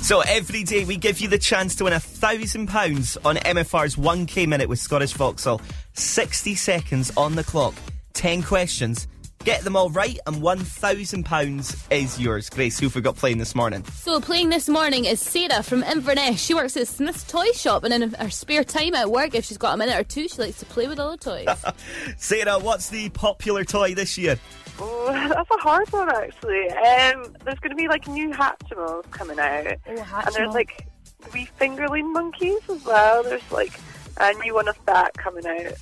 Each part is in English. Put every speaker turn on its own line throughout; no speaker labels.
So every day we give you the chance to win a thousand pounds on MFR's 1K minute with Scottish Vauxhall. 60 seconds on the clock, 10 questions. Get them all right, and £1,000 is yours. Grace, who've we got playing this morning?
So playing this morning is Sarah from Inverness. She works at Smith's Toy Shop, and in her spare time at work, if she's got a minute or two, she likes to play with all the toys.
Sarah, what's the popular toy this year?
Oh, that's a hard one actually. Um, there's going to be like new Hatchimals coming out, and there's like wee fingerling monkeys as well. There's like a new one of that coming out as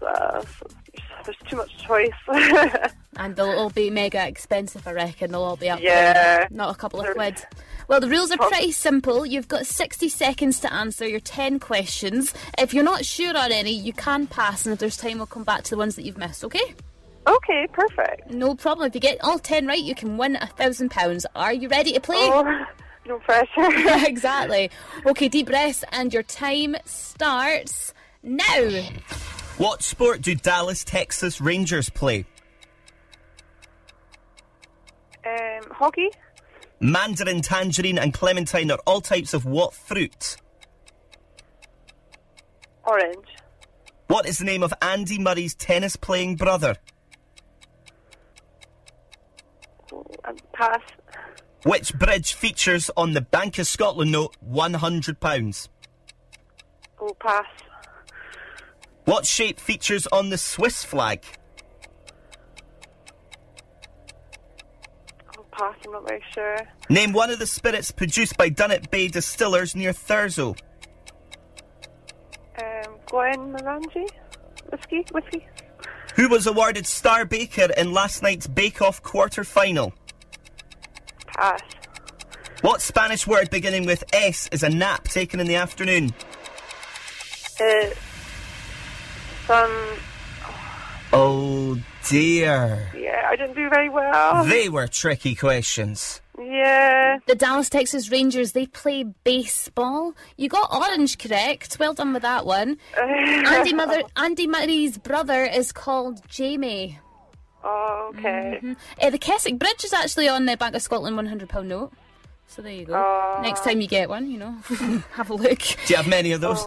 well. So there's, there's too much choice.
and they'll all be mega expensive, I reckon. They'll all be up
Yeah.
there. Not a couple of quid. Well, the rules are pretty simple. You've got 60 seconds to answer your 10 questions. If you're not sure on any, you can pass, and if there's time, we'll come back to the ones that you've missed, okay?
okay, perfect.
No problem. If you get all 10 right, you can win a £1,000. Are you ready to play?
Oh, no pressure.
exactly. Okay, deep breaths, and your time starts now.
What sport do Dallas, Texas Rangers play?
um, hockey,
Mandarin, tangerine, and clementine are all types of what fruit?
orange,
What is the name of Andy Murray's tennis playing brother?
Oh, um, pass,
Which bridge features on the Bank of Scotland note £100?
oh pass,
What shape features on the Swiss flag?
oh pass. I'm not very sure.
Name one of the spirits produced by Dunnet Bay Distillers near Thurso.
Um, Glen Morangi, whiskey, whiskey.
Who was awarded Star Baker in last night's Bake Off quarter final?
Pass.
What Spanish word beginning with S is a nap taken in the afternoon?
Uh, sun.
Oh dear.
Yeah, I didn't do very well.
They were tricky questions.
yeah.
The Dallas Texas Rangers, they play baseball. You got orange correct. Well done with that one. Andy Mother Andy Murray's brother is called Jamie.
Oh, okay.
Uh, the Keswick Bridge is actually on the Bank of Scotland £100 note. So there you go. Next time you get one, you know, have a look.
Do you have many of those?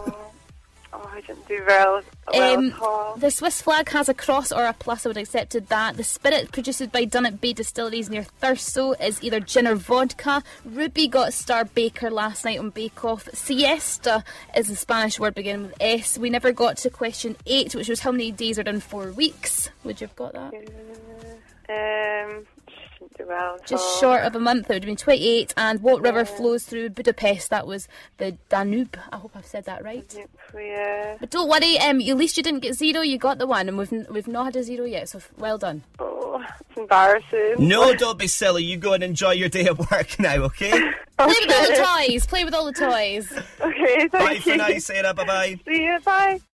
Oh, I didn't do well, well
Um,
at all.
the Swiss flag has a cross or a plus. I would have accepted that. The spirit produced by Dunnet Bay Distilleries near Thurso is either gin or vodka. Ruby got Star Baker last night on Bake Off. Siesta is the Spanish word beginning with S. We never got to question eight, which was how many days are done four weeks. Would you have got that?
Um, just didn't do well at all.
Just short of a month. It would have been 28. And what river flows through Budapest? That was the Danube. I hope I've said that right.
Yep, Yeah.
But don't worry, um, at least you didn't get zero. You got the one, and we've n- we've not had a zero yet. So f- well done.
Oh, it's embarrassing.
No, don't be silly. You go and enjoy your day at work now, okay?
Play with all the toys. Play with all the toys.
Okay,
Bye
thank
for
you.
now, Sarah. Bye bye.
See you. Bye.